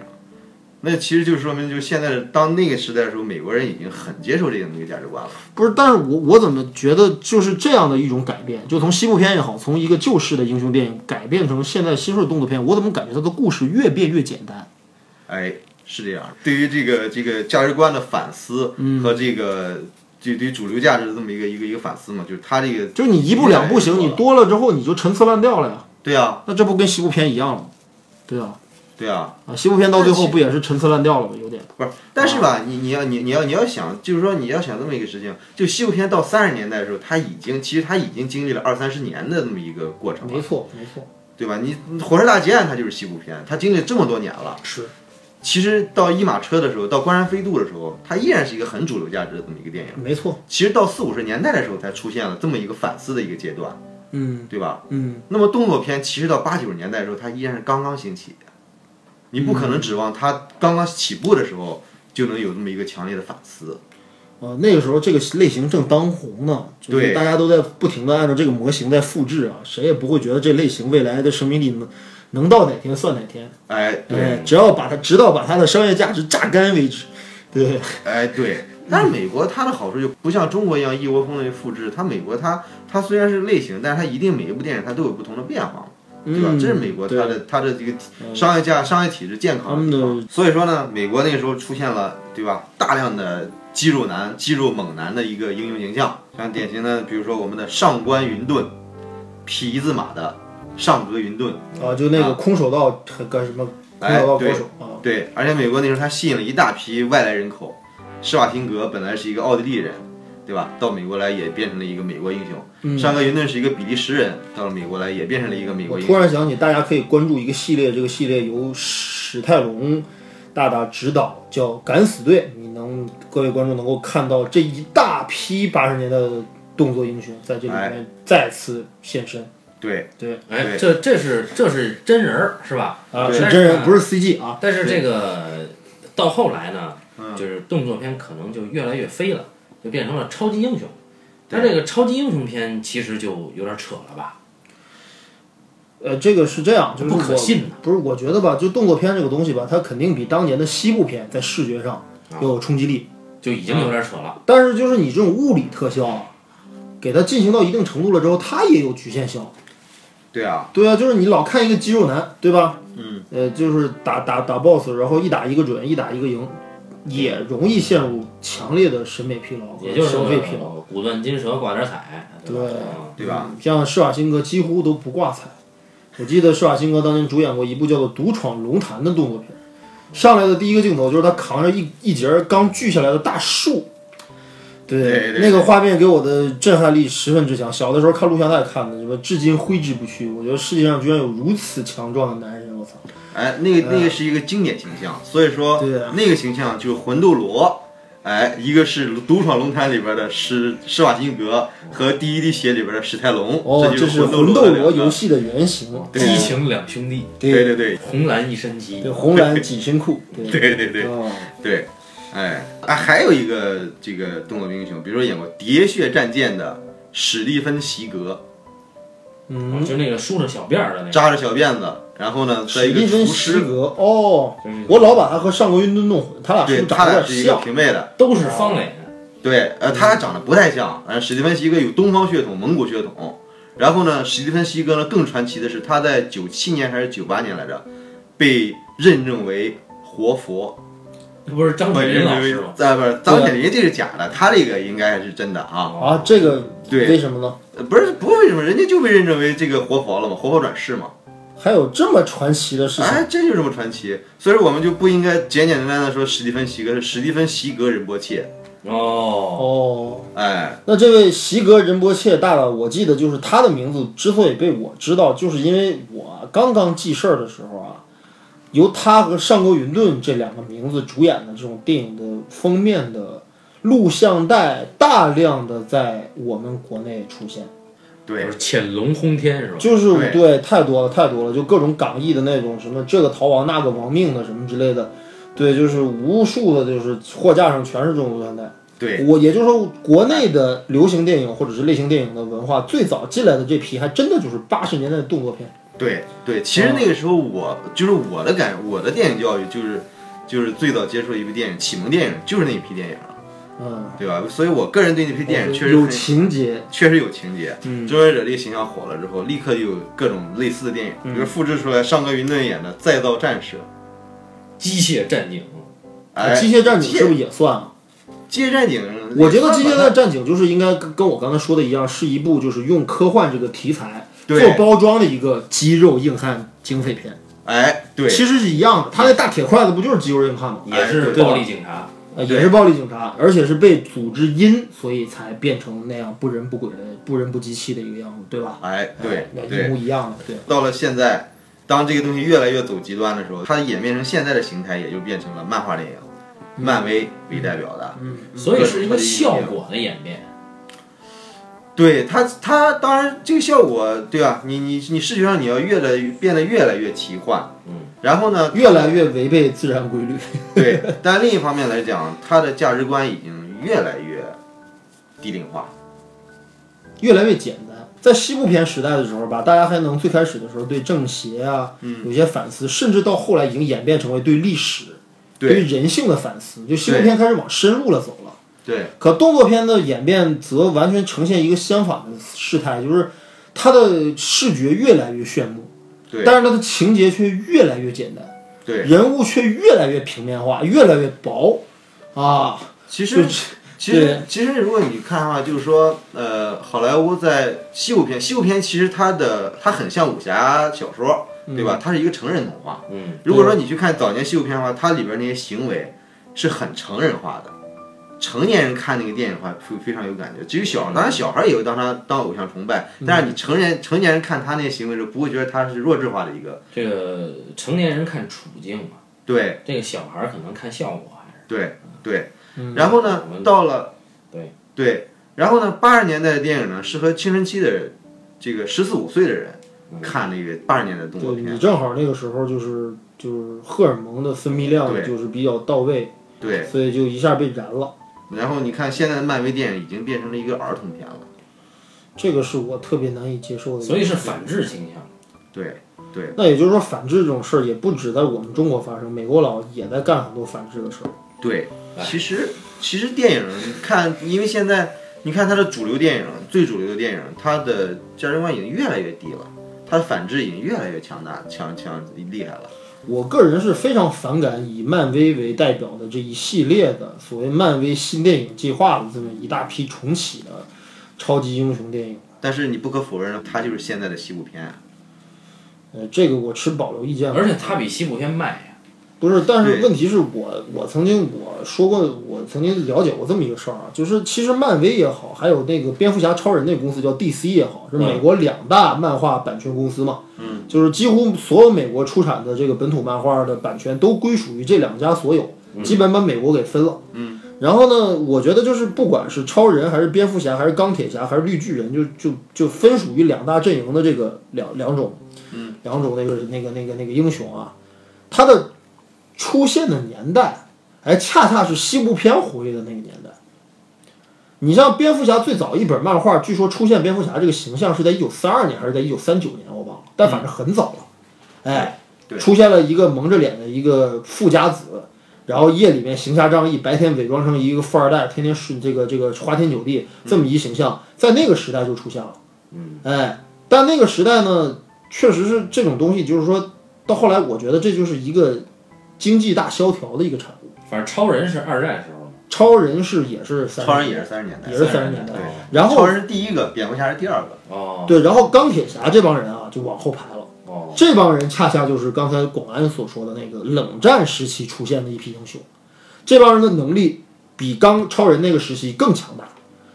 那其实就说明就是现在当那个时代的时候，美国人已经很接受这样的一个价值观了，
不是，但是我我怎么觉得就是这样的一种改变，就从西部片也好，从一个旧式的英雄电影改变成现在新式的动作片，我怎么感觉它的故事越变越简单？
哎，是这样，对于这个这个价值观的反思和这个。就对于主流价值的这么一个一个一个反思嘛，就是他这个
就是你一步两步行，
越来
你
越
多了之后你就陈词滥调了呀，
对啊
那这不跟西部片一样了吗？对啊，
对啊，
啊，西部片到最后不也是陈词滥调了吗？有点，
不是，但是
啊
吧，你你要你你要你要想，就是说你要想这么一个事情，就西部片到三十年代的时候，它已经其实它已经经历了二三十年的这么一个过程了，
错，没错，
对吧？你《火车大劫案》它就是西部片，它经历了这么多年了。
是，
其实到一马车的时候，到观然飞渡的时候，它依然是一个很主流价值的这么一个电影。
没错，
其实到四五十年代的时候，才出现了这么一个反思的一个阶段，
嗯
对吧？
嗯，
那么动作片其实到八九十年代的时候，它依然是刚刚兴起的，你不
嗯
可能指望它刚刚起步的时候就能有这么一个强烈的反思。
呃，那个时候这个类型正当红呢，就
对
是大家都在不停的按照这个模型在复制啊，谁也不会觉得这类型未来的生命力能能到哪天算哪天。
哎，
哎，只要把它，直到把它的商业价值榨干为止。对，
哎，对。但是美国它的好处就不像中国一样一窝蜂的复制，它美国它它虽然是类型，但是它一定每一部电影它都有不同的变化，对吧？
嗯
这是美国它的它的这个商业价商业体制健
他
康
们
的地方。
的
所以说呢，美国那个时候出现了对吧大量的肌肉男、肌肉猛男的一个英雄形象，像典型的比如说我们的上官云顿，痞子马的上格云顿，
啊，就那个空手道很干什么，空手道高手啊，
哎对，而且美国那时候它吸引了一大批外来人口，施瓦辛格本来是一个奥地利人，对吧？到美国来也变成了一个美国英雄。
嗯
上格云顿是一个比利时人，到了美国来也变成了一个美国
我
英
突
雄。
然想起，大家可以关注一个系列，这个系列由史泰龙大大指导，叫《敢死队》。你能各位观众能够看到这一大批八十年代的动作英雄在这里面再次现身。
对，
对，
哎，
对
这这是这是真人儿是吧？
啊，
对
是真人，不是 CG 啊。
但是这个到后来呢，
嗯
就是动作片可能就越来越飞了，就变成了超级英雄。但这个超级英雄片其实就有点扯了吧？
呃，这个是这样，就是
不可
我
信呐
不是，我觉得吧，就动作片这个东西吧，它肯定比当年的西部片在视觉上要有冲击力，
就已经有点扯了。
但是就是你这种物理特效啊，给它进行到一定程度了之后，它也有局限性。
对啊，
对啊，就是你老看一个肌肉男，对吧？嗯，呃，就是打打打 BOSS，然后一打一个准，一打一个赢，也容易陷入强烈的审美疲劳和
也就是
嗯消
那
费疲劳。
个骨断金蛇挂点彩，吧？
对
嗯
对吧？
像施瓦辛格几乎都不挂彩。我记得施瓦辛格当年主演过一部叫做《独闯龙潭》的动作片，上来的第一个镜头就是他扛着一一截儿刚锯下来的大树，对
对对
那个画面给我的震撼力十分之强。小的时候看录像带看的，什么至今挥之不去。我觉得世界上居然有如此强壮的男人，我操！
哎，那个那个是一个经典形象，所以说
嗯对啊
那个形象就是魂斗罗。哎，一个是《独闯龙潭》里边的施施瓦辛格和《第一滴血》里边的史泰龙，
哦，
就
就是
魂
魂
斗
斗
罗
罗
的
游。戏的原型，哦
对
激情两兄弟，
对对对
红蓝一身肌
对，，红蓝紧身裤，对
对对对
哦
对，哎啊，还有一个这个动作英雄，比如说演过《喋血战舰》的史蒂芬·席格，
嗯，
就那个梳着小辫儿的那个，
扎着小辫子，然后呢，在一
史
个
蒂
厨
芬·席
师，
格，哦
嗯，
我老把他和上过运动弄混，他俩是不
对
是
他
长得
俩
有
是一
点
个
像？
平辈的。
都是方
哦
脸，
对，呃，他俩长得不太像，呃，史蒂芬·西哥有东方血统、蒙古血统，然后呢，史蒂芬·西哥呢更传奇的是，他在九七年还是九八年来着，被认证为活佛，
那不是
哦
张铁
被
林
认
老
证为
师吗？
呃不是张铁林这是假的，他这个应该还是真的啊，
啊，这个
对
为什么呢？
呃不是不是为什么人家就被认证为这个活佛了嘛，活佛转世嘛，
还有这么传奇的事情？
哎，这就这么传奇，所以我们就不应该简简单单的说史蒂芬·西哥是史蒂芬·西格仁波切，
哦，
哦，
哎，
那这位席格仁波切大大，我记得就是他的名字之所以被我知道，就是因为我刚刚记事儿的时候啊，由他和上国云顿这两个名字主演的这种电影的封面的录像带，大量的在我们国内出现，
对
不是潜龙轰天是吧？
就是
对
太多了太多了，就各种港译的那种什么这个逃亡那个亡命的什么之类的，对，就是无数的，就是货架上全是这种录像带。
对。
我也就是说，国内的流行电影或者是类型电影的文化，最早进来的这批还真的就是八十年代的动作片。
对对，其
嗯
实那个时候我就是我的感，我的电影教育就是就是最早接触的一部电影，启蒙电影就是那一批电影，
嗯，
对吧？所以我个人对那批电影确实
哦有
很
情节，
确实有情节。
嗯
周围者这个形象火了之后，立刻就有各种类似的电影，比
嗯
如复制出来上格云顿演的《再造战士》，
机械战警，
哎，
啊机械战警
机
是不是也算啊？
机械战警，
我觉得机械战战警就是应该跟跟我刚才说的一样，是一部就是用科幻这个题材做
对
包装的一个肌肉硬汉警匪片，
哎，对，
其实是一样的。他那大铁筷子不就是肌肉硬汉吗？
也是
对吧
哎暴
嗯
力警察，
呃
对
也是暴力警察，而且是被组织阴，所以才变成那样不人不鬼的、不人不机器的一个样子，对吧？
哎，
哎
对
那
对
一，模一样的，对。
到了现在，当这个东西越来越走极端的时候，它演变成现在的形态，也就变成了漫画电影，漫威为代表的。
嗯
所以是一个效果的演变。啊
对它，它当然这个效果，对吧？你你你视觉上你要越来越变得越来越奇幻，
嗯，
然后呢，
越来越违背自然规律。
对， 但另一方面来讲，它的价值观已经越来越低龄化。
越来越简单。在西部片时代的时候吧，大家还能最开始的时候对正邪啊，
嗯
有些反思，甚至到后来已经演变成为对历史、对于
对
人性的反思。就西部片开始往深入了走了。
对
可动作片的演变则完全呈现一个相反的事态，就是它的视觉越来越炫目，
对
但是它的情节却越来越简单，
对，
人物却越来越平面化，越来越薄啊。
其实
就
其实
对
其实如果你看的话，就是说，呃，好莱坞在西部片，西部片其实它的它很像武侠小说，对吧？它是一个成人童话。
嗯，
如果说你去看早年西部片的话，它里边那些行为是很成人化的，成年人看那个电影的话会非常有感觉。至于小，当然小孩也会当他当偶像崇拜，但是你成人成年人看他那些行为的时候，不会觉得他是弱智化的一个。
这个成年人看处境嘛，
对
这个小孩儿可能看效果还是
对对，
嗯
然后呢
我，们
到了
对
对，然后呢，八十年代的电影呢，适合青春期的人，这个十四五岁的人
嗯
看那个八十年代的动作
对你
片。嗯
正好那个时候就是就是荷尔蒙的分泌量
对
就是比较到位，
对，
所以就一下被燃了。
然后你看现在的漫威电影已经变成了一个儿童片了。
这个是我特别难以接受的。
所以是。反制倾向。
对对。
那也就是说，反制这种事儿也不止在我们中国发生，美国佬也在干很多反制的事儿。
对
哎，
其实其实电影你看，因为现在你看它的主流电影，最主流的电影，它的价值观已经越来越低了，它的反制已经越来越强大、强强厉害了。
我个人是非常反感以漫威为代表的这一系列的所谓漫威新电影计划的这么一大批重启的超级英雄电影。
但是你不可否认，它就是现在的西部片。
呃，这个我持保留意见。
而且它比西部片卖呀，
不是，但是
对
问题是我我曾经我说过，我曾经了解过这么一个事儿啊，就是其实漫威也好，还有那个蝙蝠侠、超人那公司叫 DC 也好，是美国两大漫画版权公司嘛，嗯，就是几乎所有美国出产的这个本土漫画的版权都归属于这两家所有，基本把美国给分了，嗯，然后呢，我觉得就是不管是超人还是蝙蝠侠还是钢铁侠还是绿巨人，就就就分属于两大阵营的这个两两种，嗯，两种那个那个那个那个英雄啊，他的出现的年代，哎，恰恰是西部片活跃的那个年代。你像蝙蝠侠最早一本漫画，据说出现蝙蝠侠这个形象是在一九四二年还是在一九三九年，我忘了，但反正很早了。哎，
对
出现了一个蒙着脸的一个富家子，然后夜里面行侠仗义，白天伪装成一个富二代，天天是这个这个花天酒地这么一形象，在那个时代就出现了。嗯，哎，但那个时代呢，确实是这种东西，就是说到后来，我觉得这就是一个经济大萧条的一个产物。
反正超人是二战时候嘛，
超人是也是三
超人也是三十年代，
也是
30
30
年
年
代
代
对，
然后
超人是第一个，蝙蝠侠是第二个，
哦
对，然后钢铁侠这帮人啊，就往后排了。
哦，
这帮人恰恰就是刚才广安所说的那个冷战时期出现的一批英雄。这帮人的能力比刚超人那个时期更强大，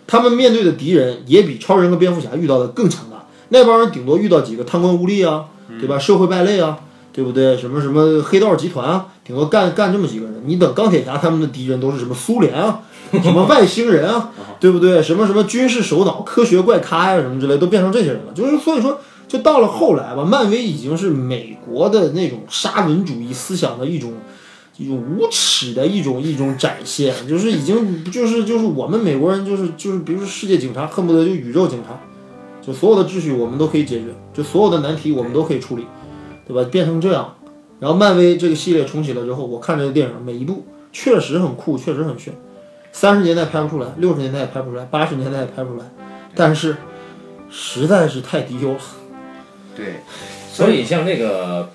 他们面对的敌人也比超人和蝙蝠侠遇到的更强大。那帮人顶多遇到几个贪官污吏啊，对吧？社会败类啊，对不对？什么什么黑道集团啊，顶多干干这么几个人。你等钢铁侠他们的敌人都是什么苏联啊，什么外星人啊，对不对？什么什么军事首脑、科学怪咖呀、什么之类，都变成这些人了。就是所以说，就到了后来吧，漫威已经是美国的那种沙文主义思想的一种。一种无耻的一种一种展现，就是已经 就是就是我们美国人就是就是，比如说世界警察，恨不得就宇宙警察，就所有的秩序我们都可以解决，就所有的难题我们都可以处理，对吧？变成这样，然后漫威这个系列重启了之后，我看这个电影每一部确实很酷，确实很炫。三十年代拍不出来，六十年代也拍不出来，八十年代也拍不出来，但是实在是太低幼了。
对，
所以像这个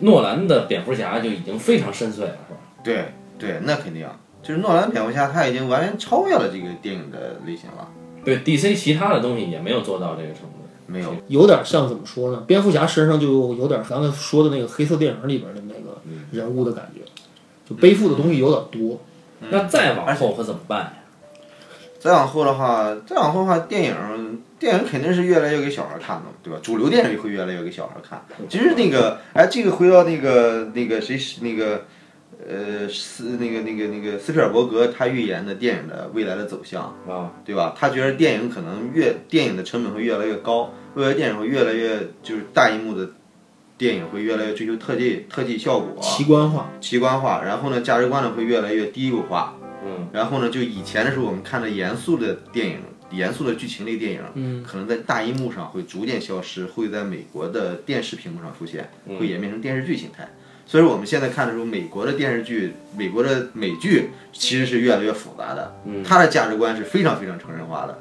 诺兰的蝙蝠侠就已经非常深邃了，是吧？
对对，那肯定，就是诺兰蝙蝠侠他已经完全超越了这个电影的类型了，
对 DC 其他的东西也没有做到这个程度。
没有，
有点像怎么说呢？蝙蝠侠身上就有有点咱们说的那个黑色电影里边的那个人物的感觉，就背负的东西有点多。
那再往后可怎么办呀？
再往后的话，再往后的话，电影电影肯定是越来越给小孩看的，对吧？主流电影也会越来越给小孩看。其实那个，哎，这个回到那个那个谁是那个，呃，斯那个那个那个斯皮尔伯格他预言的电影的未来的走向，
啊，
对吧？他觉得电影可能越电影的成本会越来越高，未来电影会越来越就是大银幕的电影会越来越追求特技特技效果、
奇观化，
奇观化，然后呢，价值观呢会越来越低幼化。
嗯，
然后呢，就以前的时候我们看的严肃的电影、严肃的剧情类电影，
嗯，
可能在大荧幕上会逐渐消失，会在美国的电视屏幕上出现，
嗯
会演变成电视剧形态。所以我们现在看的时候，美国的电视剧、美国的美剧其实是越来越复杂的，
嗯
它的价值观是非常非常成人化的。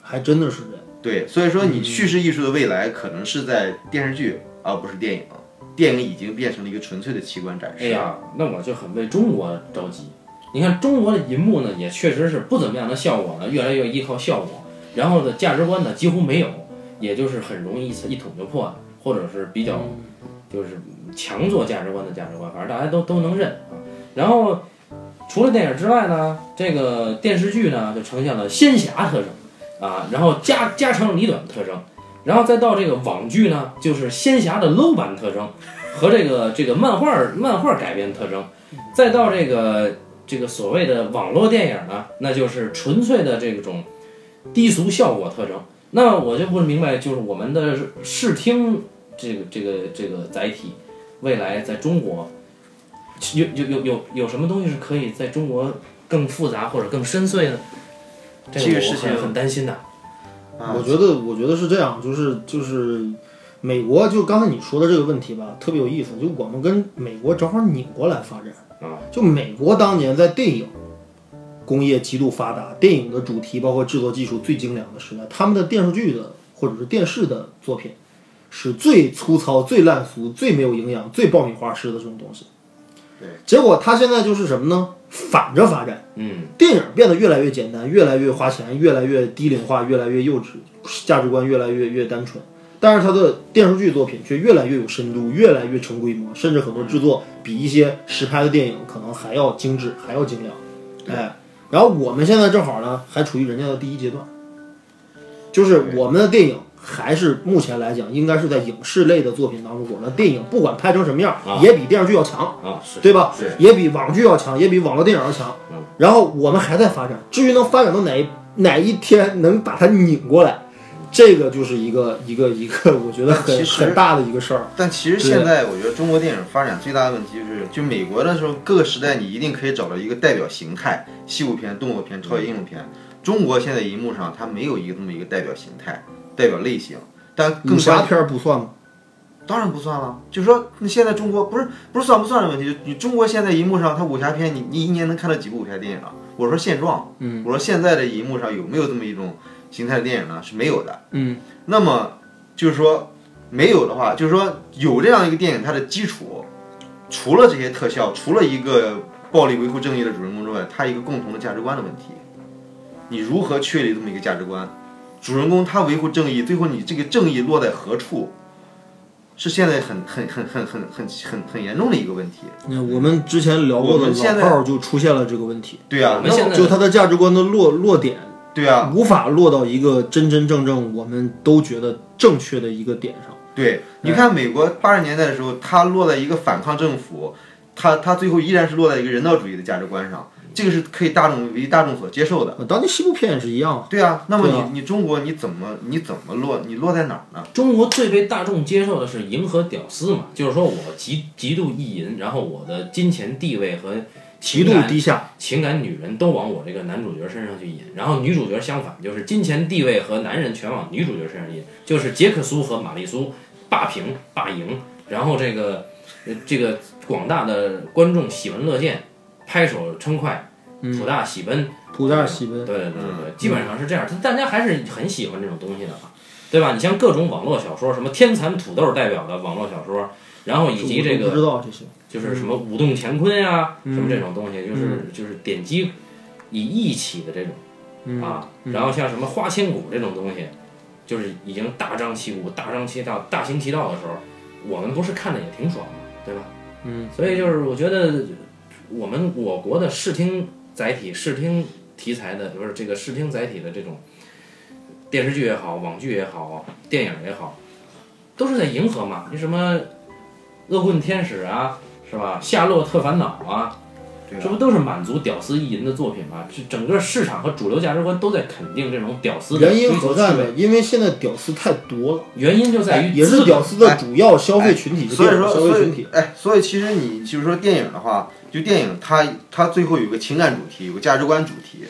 还真的是这样。
对，所以说你叙事艺术的未来可能是在电视剧，而不是电影。电影已经变成了一个纯粹的奇观展示。
哎呀，那我就很为中国着急。你看中国的银幕呢，也确实是不怎么样的效果呢，越来越依靠效果，然后的价值观呢几乎没有，也就是很容易一一捅就破的，或者是比较就是强做价值观的价值观，反正大家都都能认啊。然后除了电影之外呢，这个电视剧呢就呈现了仙侠特征啊，然后家家长里短的特征，然后再到这个网剧呢，就是仙侠的 low 版特征。和这个这个漫画漫画改编的特征，再到这个这个所谓的网络电影呢，那就是纯粹的这种低俗效果特征。那我就不明白，就是我们的视听这个这个这个载体，未来在中国有有有有有什么东西是可以在中国更复杂或者更深邃的？这
这
个
个
我
事情
很很担心的。
啊
我觉得，我觉得是这样，就是就是，美国就刚才你说的这个问题吧，特别有意思。就我们跟美国正好拧过来发展
啊，
就美国当年在电影工业极度发达，电影的主题包括制作技术最精良的时代，他们的电视剧的或者是电视的作品是最粗糙、最烂俗、最没有营养、最爆米花式的这种东西。
对，
结果他现在就是什么呢？反着发展。
嗯，
电影变得越来越简单，越来越花钱，越来越低龄化，越来越幼稚，价值观越来越越单纯。但是他的电视剧作品却越来越有深度，越来越成规模，甚至很多制作比一些实拍的电影可能还要精致，还要精良。哎，然后我们现在正好呢，还处于人家的第一阶段，就是我们的电影还是目前来讲，应该是在影视类的作品当中，我的电影不管拍成什么样，也比电视剧要强。
啊，是
对吧
是？
也比网剧要强，也比网络电影要强。然后我们还在发展，至于能发展到哪一哪一天能把它拧过来，这个就是一个一个一个，我觉得很
其实
很大的一个事儿。
但其实现在我觉得中国电影发展最大的问题就是，就美国的时候，各个时代你一定可以找到一个代表形态，西部片、动作片、超级英雄片。中国现在银幕上它没有一个这么一个代表形态、代表类型，但更
武侠
关
片儿不算吗？
当然不算了。就说那现在中国不是不是算不算的问题，就你中国现在银幕上它武侠片，你你一年能看到几部武侠电影啊？我说现状，
嗯
我说现在的银幕上有没有这么一种形态的电影呢？是没有的。
嗯，
那么就是说没有的话，就是说有这样一个电影，它的基础除了这些特效，除了一个暴力维护正义的主人公之外，它一个共同的价值观的问题。你如何确立这么一个价值观？主人公他维护正义，最后你这个正义落在何处，是现在很很很很很很很很严重的一个问题。
那我们之前聊过
我
的
们现
老
在
炮儿就出现了这个问题，
对啊
我，们
那
现在
就他的价值观的落落点，
对啊，
无法落到一个真真正正我们都觉得正确的一个点上。
对，你看美国八十年代的时候，它落在一个反抗政府，它它最后依然是落在一个人道主义的价值观上，这个是可以大众为大众所接受的。
呃当年西部片也是一样，
对啊，那么
对
你、
啊
你中国你怎么你怎么落你落在哪儿呢？
中国最被大众接受的是迎合屌丝嘛，就是说我极极度意淫，然后我的金钱地位和
极
情
度
感
低下。
情感女人都往我这个男主角身上去引，然后女主角相反，就是金钱地位和男人全往女主角身上引，就是杰克苏和玛丽苏霸屏霸赢，然后这个呃这个广大的观众喜闻乐见，拍手称快，
嗯
普大喜奔，
普大喜
对
奔，
对对
嗯
对，基本上是这样，大家还是很喜欢这种东西的嘛，对吧？你像各种网络小说，什么天蚕土豆代表的网络小说，然后以及这
我都
个
不知道这些，
就是什么舞动乾坤呀、
嗯
什么这种东西，就是、就是点击以义起的这种、
嗯
啊，然后像什么花千骨这种东西，就是已经大张旗鼓、大张旗道、大行其道的时候，我们不是看着也挺爽吗？对吧？
嗯，
所以就是我觉得我们我国的视听载体、视听题材的不是这个视听载体的这种电视剧也好、网剧也好、电影也好，都是在迎合嘛，你什么恶棍天使啊，是吧？夏洛特烦恼啊，
对
这不都是满足屌丝意淫的作品吗？这整个市场和主流价值观都在肯定这种屌丝的
原因
追求
何在
趣味
呢？因为现在屌丝太多了，哎
原因就在于
也
资
是
本
屌丝的主要消费群体是
所以
电影
说
消费
所
群
以
体，
哎，所以其实你就是说电影的话，就电影它它最后有个情感主题，有个价值观主题，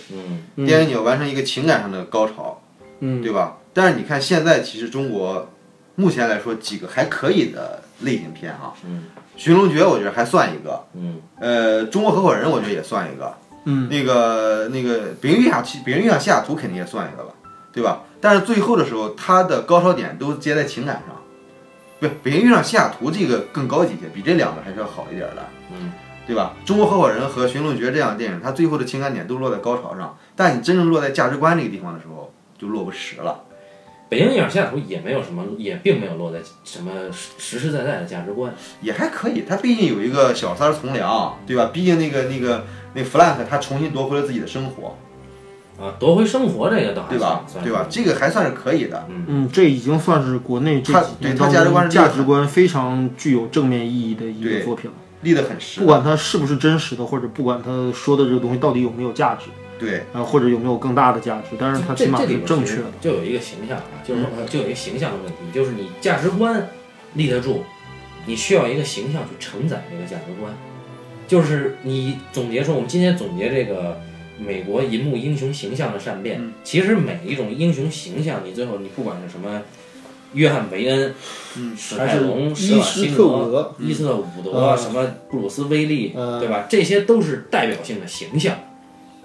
嗯，
电影你要完成一个情感上的高潮，
嗯，
对吧？但是你看现在其实中国目前来说几个还可以的类型片啊，
嗯，
《寻龙诀》我觉得还算一个，
嗯，
呃，《中国合伙人》我觉得也算一个，
嗯，
那个那个《别人与下别人与下西雅图》肯定也算一个吧，对吧？但是最后的时候，它的高潮点都接在情感上，不是《北京遇上西雅图》这个更高级一些，比这两个还是要好一点的，
嗯，
对吧？《中国合伙人》和《寻龙诀》这样的电影，它最后的情感点都落在高潮上，但你真正落在价值观这个地方的时候，就落不实了。
北京影下图也没有什么，也并没有落在什么实实实在在的价值观。
也还可以，他毕竟有一个小三儿从良，对吧？毕竟那个那个那弗兰克他重新夺回了自己的生活，
啊，夺回生活这个倒还
对吧
算？算
对吧？这个还算是可以的。
嗯，这已经算是国内这
他
几
对
年
他
当
价值观
中
是
价值观非常具有正面意义的一个
对
作品了。
立得很实
不，管它是不是真实的，或者不管他说的这个东西到底有没有价值，
对
啊，或者有没有更大的价值，但是它
这
起码
这里
是
边
正
其
确
实
的。
就有一个形象啊，就是说呃就有一个形象的问题，就是你价值观立得住，你需要一个形象去承载这个价值观。就是你总结说，我们今天总结这个美国银幕英雄形象的善变，
嗯
其实每一种英雄形象，你最后你不管是什么。约翰·韦恩、
嗯
史
还
泰
是
龙、施
伊
瓦
斯
辛
特
格
伍、德，
伊斯特伍德、
嗯
什么布鲁斯威利，
嗯
对吧？这些都是代表性的形象，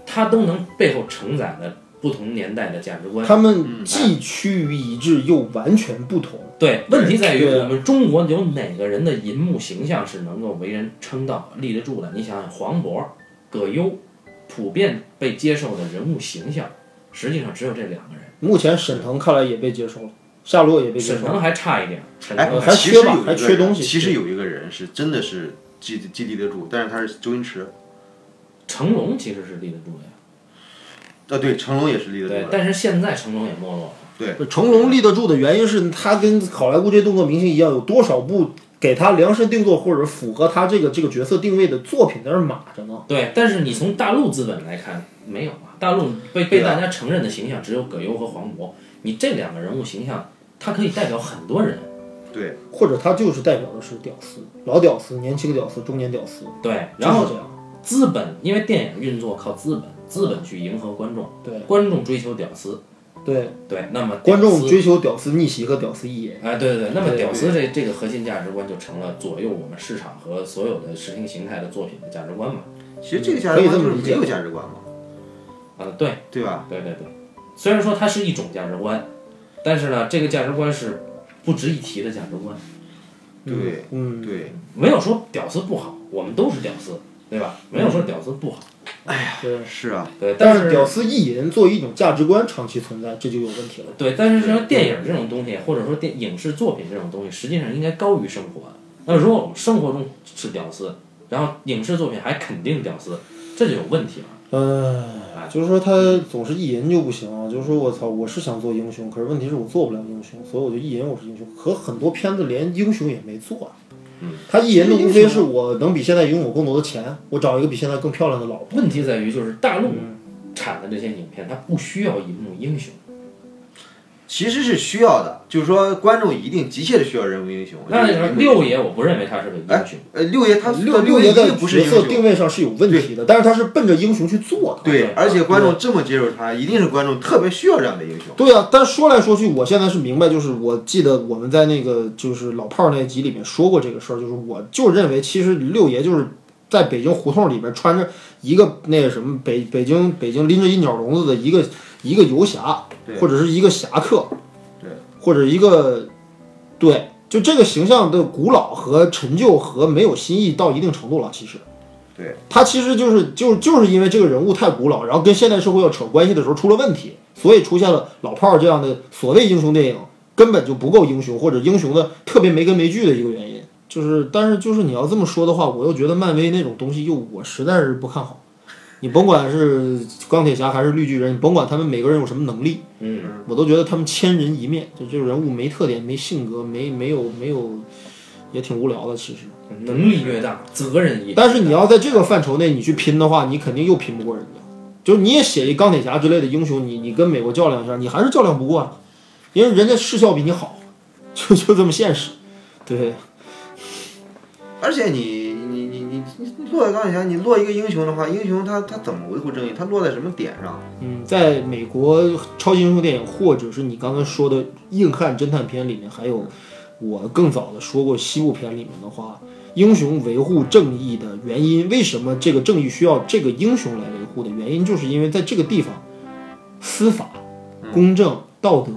它都能背后承载的不同年代的价值观。
他们既趋于一致又完全不同。
对，问题在于
对
我们中国有哪个人的银幕形象是能够为人称道、立得住的？你想想，黄渤、葛优，普遍被接受的人物形象，实际上只有这两个人。
目前沈腾看来也被接受了，夏洛也被接
沈
受
腾
了。
还差一点，沈
哎
腾，
呃还
其
缺
实
吧
有一
还
个
缺东
人
西
其实有一个人是真的是记记立得住，但是他是周星驰，
成龙其实是立得住的呀。
啊，对，成龙也是立得
对
住，的，
但是现在成龙也没落了。
对对，
成龙立得住的原因是他跟好莱坞这些动作明星一样，有多少部给他量身定做或者符合他这个这个角色定位的作品在那儿码着呢？
对，但是你从大陆资本来看，没有啊。大陆被被
对啊
大家承认的形象只有葛优和黄渤，你这两个人物形象，他可以代表很多人。
对，
或者他就是代表的是屌丝、老屌丝、年轻屌丝、中年屌丝，
对，然后
就是这样。
资本，因为电影运作靠资本，资本去迎合观众，
对
观众追求屌丝，
对，
对，那么
观
啊屌
众
丝
追求屌丝逆袭和屌丝一爷。
哎，对对对，那么
对
屌丝这这个核心价值观就成了左右我们市场和所有的视听形态的作品的价值观嘛。
其实这个价值
可以
观
这
就
么
是
理
没
解
有价值观嘛，
啊，对
对吧？
对对对，虽然说它是一种价值观，但是呢，这个价值观是不值一提的价值观，
对，
嗯，
对，
没有说屌丝不好，我们都是屌丝，对吧？没有说屌丝不好，
对。
是啊，
哎对，
但
是
是屌丝意淫作为一种价值观长期存在，这就有问题了。
对，但是像电影这种东西，或者说电影视作品这种东西，实际上应该高于生活的。那如果我们生活中是屌丝，然后影视作品还肯定屌丝，这就有问题了。呃
哎，就是说他总是意淫就不行啊。就是说我操，我是想做英雄，可是问题是我做不了英雄，所以我就意淫我是英雄。可很多片子连英雄也没做、啊。
嗯，
他意淫的无非是我能比现在拥有更多的钱，我找一个比现在更漂亮的老婆。
问题在于，就是大陆
嗯
产的这些影片，它不需要银幕英雄。
其实是需要的，就是说观众一定急切的需要人物英雄。
那
就是人物
六爷，我不认为他是个
哎
英雄。
呃六爷他
六
六
爷
一
在
定不是
角
英
色
雄，
定位上是有问题的，但是他是奔着英雄去做的。
对，而且观众这么接受他，一定是观众特别需要这样的英雄。
对啊，但说来说去，我现在是明白，就是我记得我们在那个就是老炮儿那集里面说过这个事儿，就是我就认为其实六爷就是在北京胡同里边穿着一个那个什么北北京北京拎着一鸟笼子的一个一个游侠
对，
或者是一个侠客，
对，
或者一个对，就这个形象的古老和陈旧和没有新意到一定程度了，其实。
对，
他其实就是就是就是因为这个人物太古老，然后跟现代社会要扯关系的时候出了问题，所以出现了老炮儿这样的所谓英雄电影根本就不够英雄，或者英雄的特别没根没据的一个原因。就是，但是就是你要这么说的话，我又觉得漫威那种东西又我实在是不看好。你甭管是钢铁侠还是绿巨人，你甭管他们每个人有什么能力，
嗯，
我都觉得他们千人一面，就这个人物没特点、没性格、没没有没有，也挺无聊的其实。
能力越大，责任也。
但是你要在这个范畴内你去拼的话，你肯定又拼不过人家。就是你也写一钢铁侠之类的英雄，你你跟美国较量一下，你还是较量不过啊，因为人家视效比你好，就就这么现实。对，
而且你你你你你你落钢铁侠，你落一个英雄的话，英雄他他怎么维护正义？他落在什么点上？
嗯，在美国超级英雄电影，或者是你刚刚说的硬汉侦探片里面，还有我更早的说过西部片里面的话，英雄维护正义的原因，为什么这个正义需要这个英雄来维护的原因，就是因为在这个地方，司法、公正、道德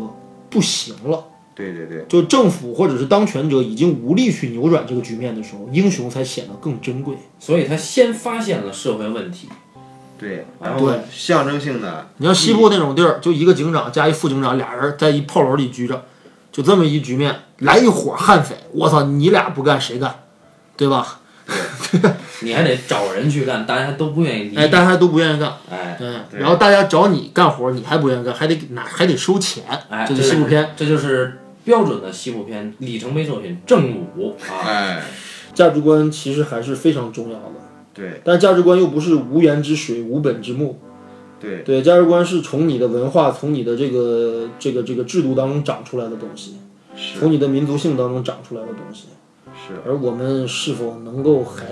不行了。
对对对，
就政府或者是当权者已经无力去扭转这个局面的时候，英雄才显得更珍贵。
所以他先发现了社会问题，
对，然后
对
象征性的，
你像西部那种地儿，就一个警长加一副警长，俩人在一炮楼里局着，就这么一局面，来一伙悍匪，我操，你俩不干谁干，对吧？
你还得找人去干，大家都不愿意理。
哎，大家都不愿意干，
哎
嗯，
对
然后大家找你干活，你还不愿意干，还得给拿还得收钱，
哎，
这是西部片
这就是标准的西部片里程碑作品正午啊。
哎，
价值观其实还是非常重要的，
对
但是价值观又不是无源之水、无本之木，
对
对，价值观是从你的文化、从你的这个这个这个制度当中长出来的东西，
是
从你的民族性当中长出来的东西。
是，
而我们是否能够还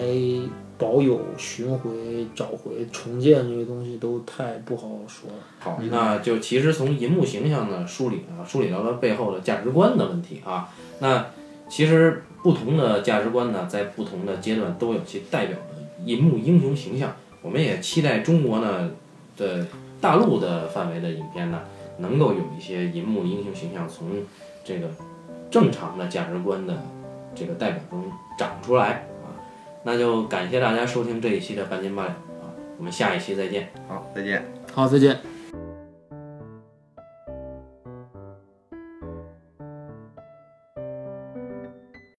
保有、寻回、找回、重建这些东西，都太不好说了。
好，那就其实从银幕形象的梳理啊，梳理到它背后的价值观的问题啊。那其实不同的价值观呢，在不同的阶段都有其代表的银幕英雄形象。我们也期待中国呢的大陆的范围的影片呢，能够有一些银幕英雄形象从这个正常的价值观的这个代表中长出来啊。那就感谢大家收听这一期的半斤八两啊，我们下一期再见。
好，再见。
好，再见。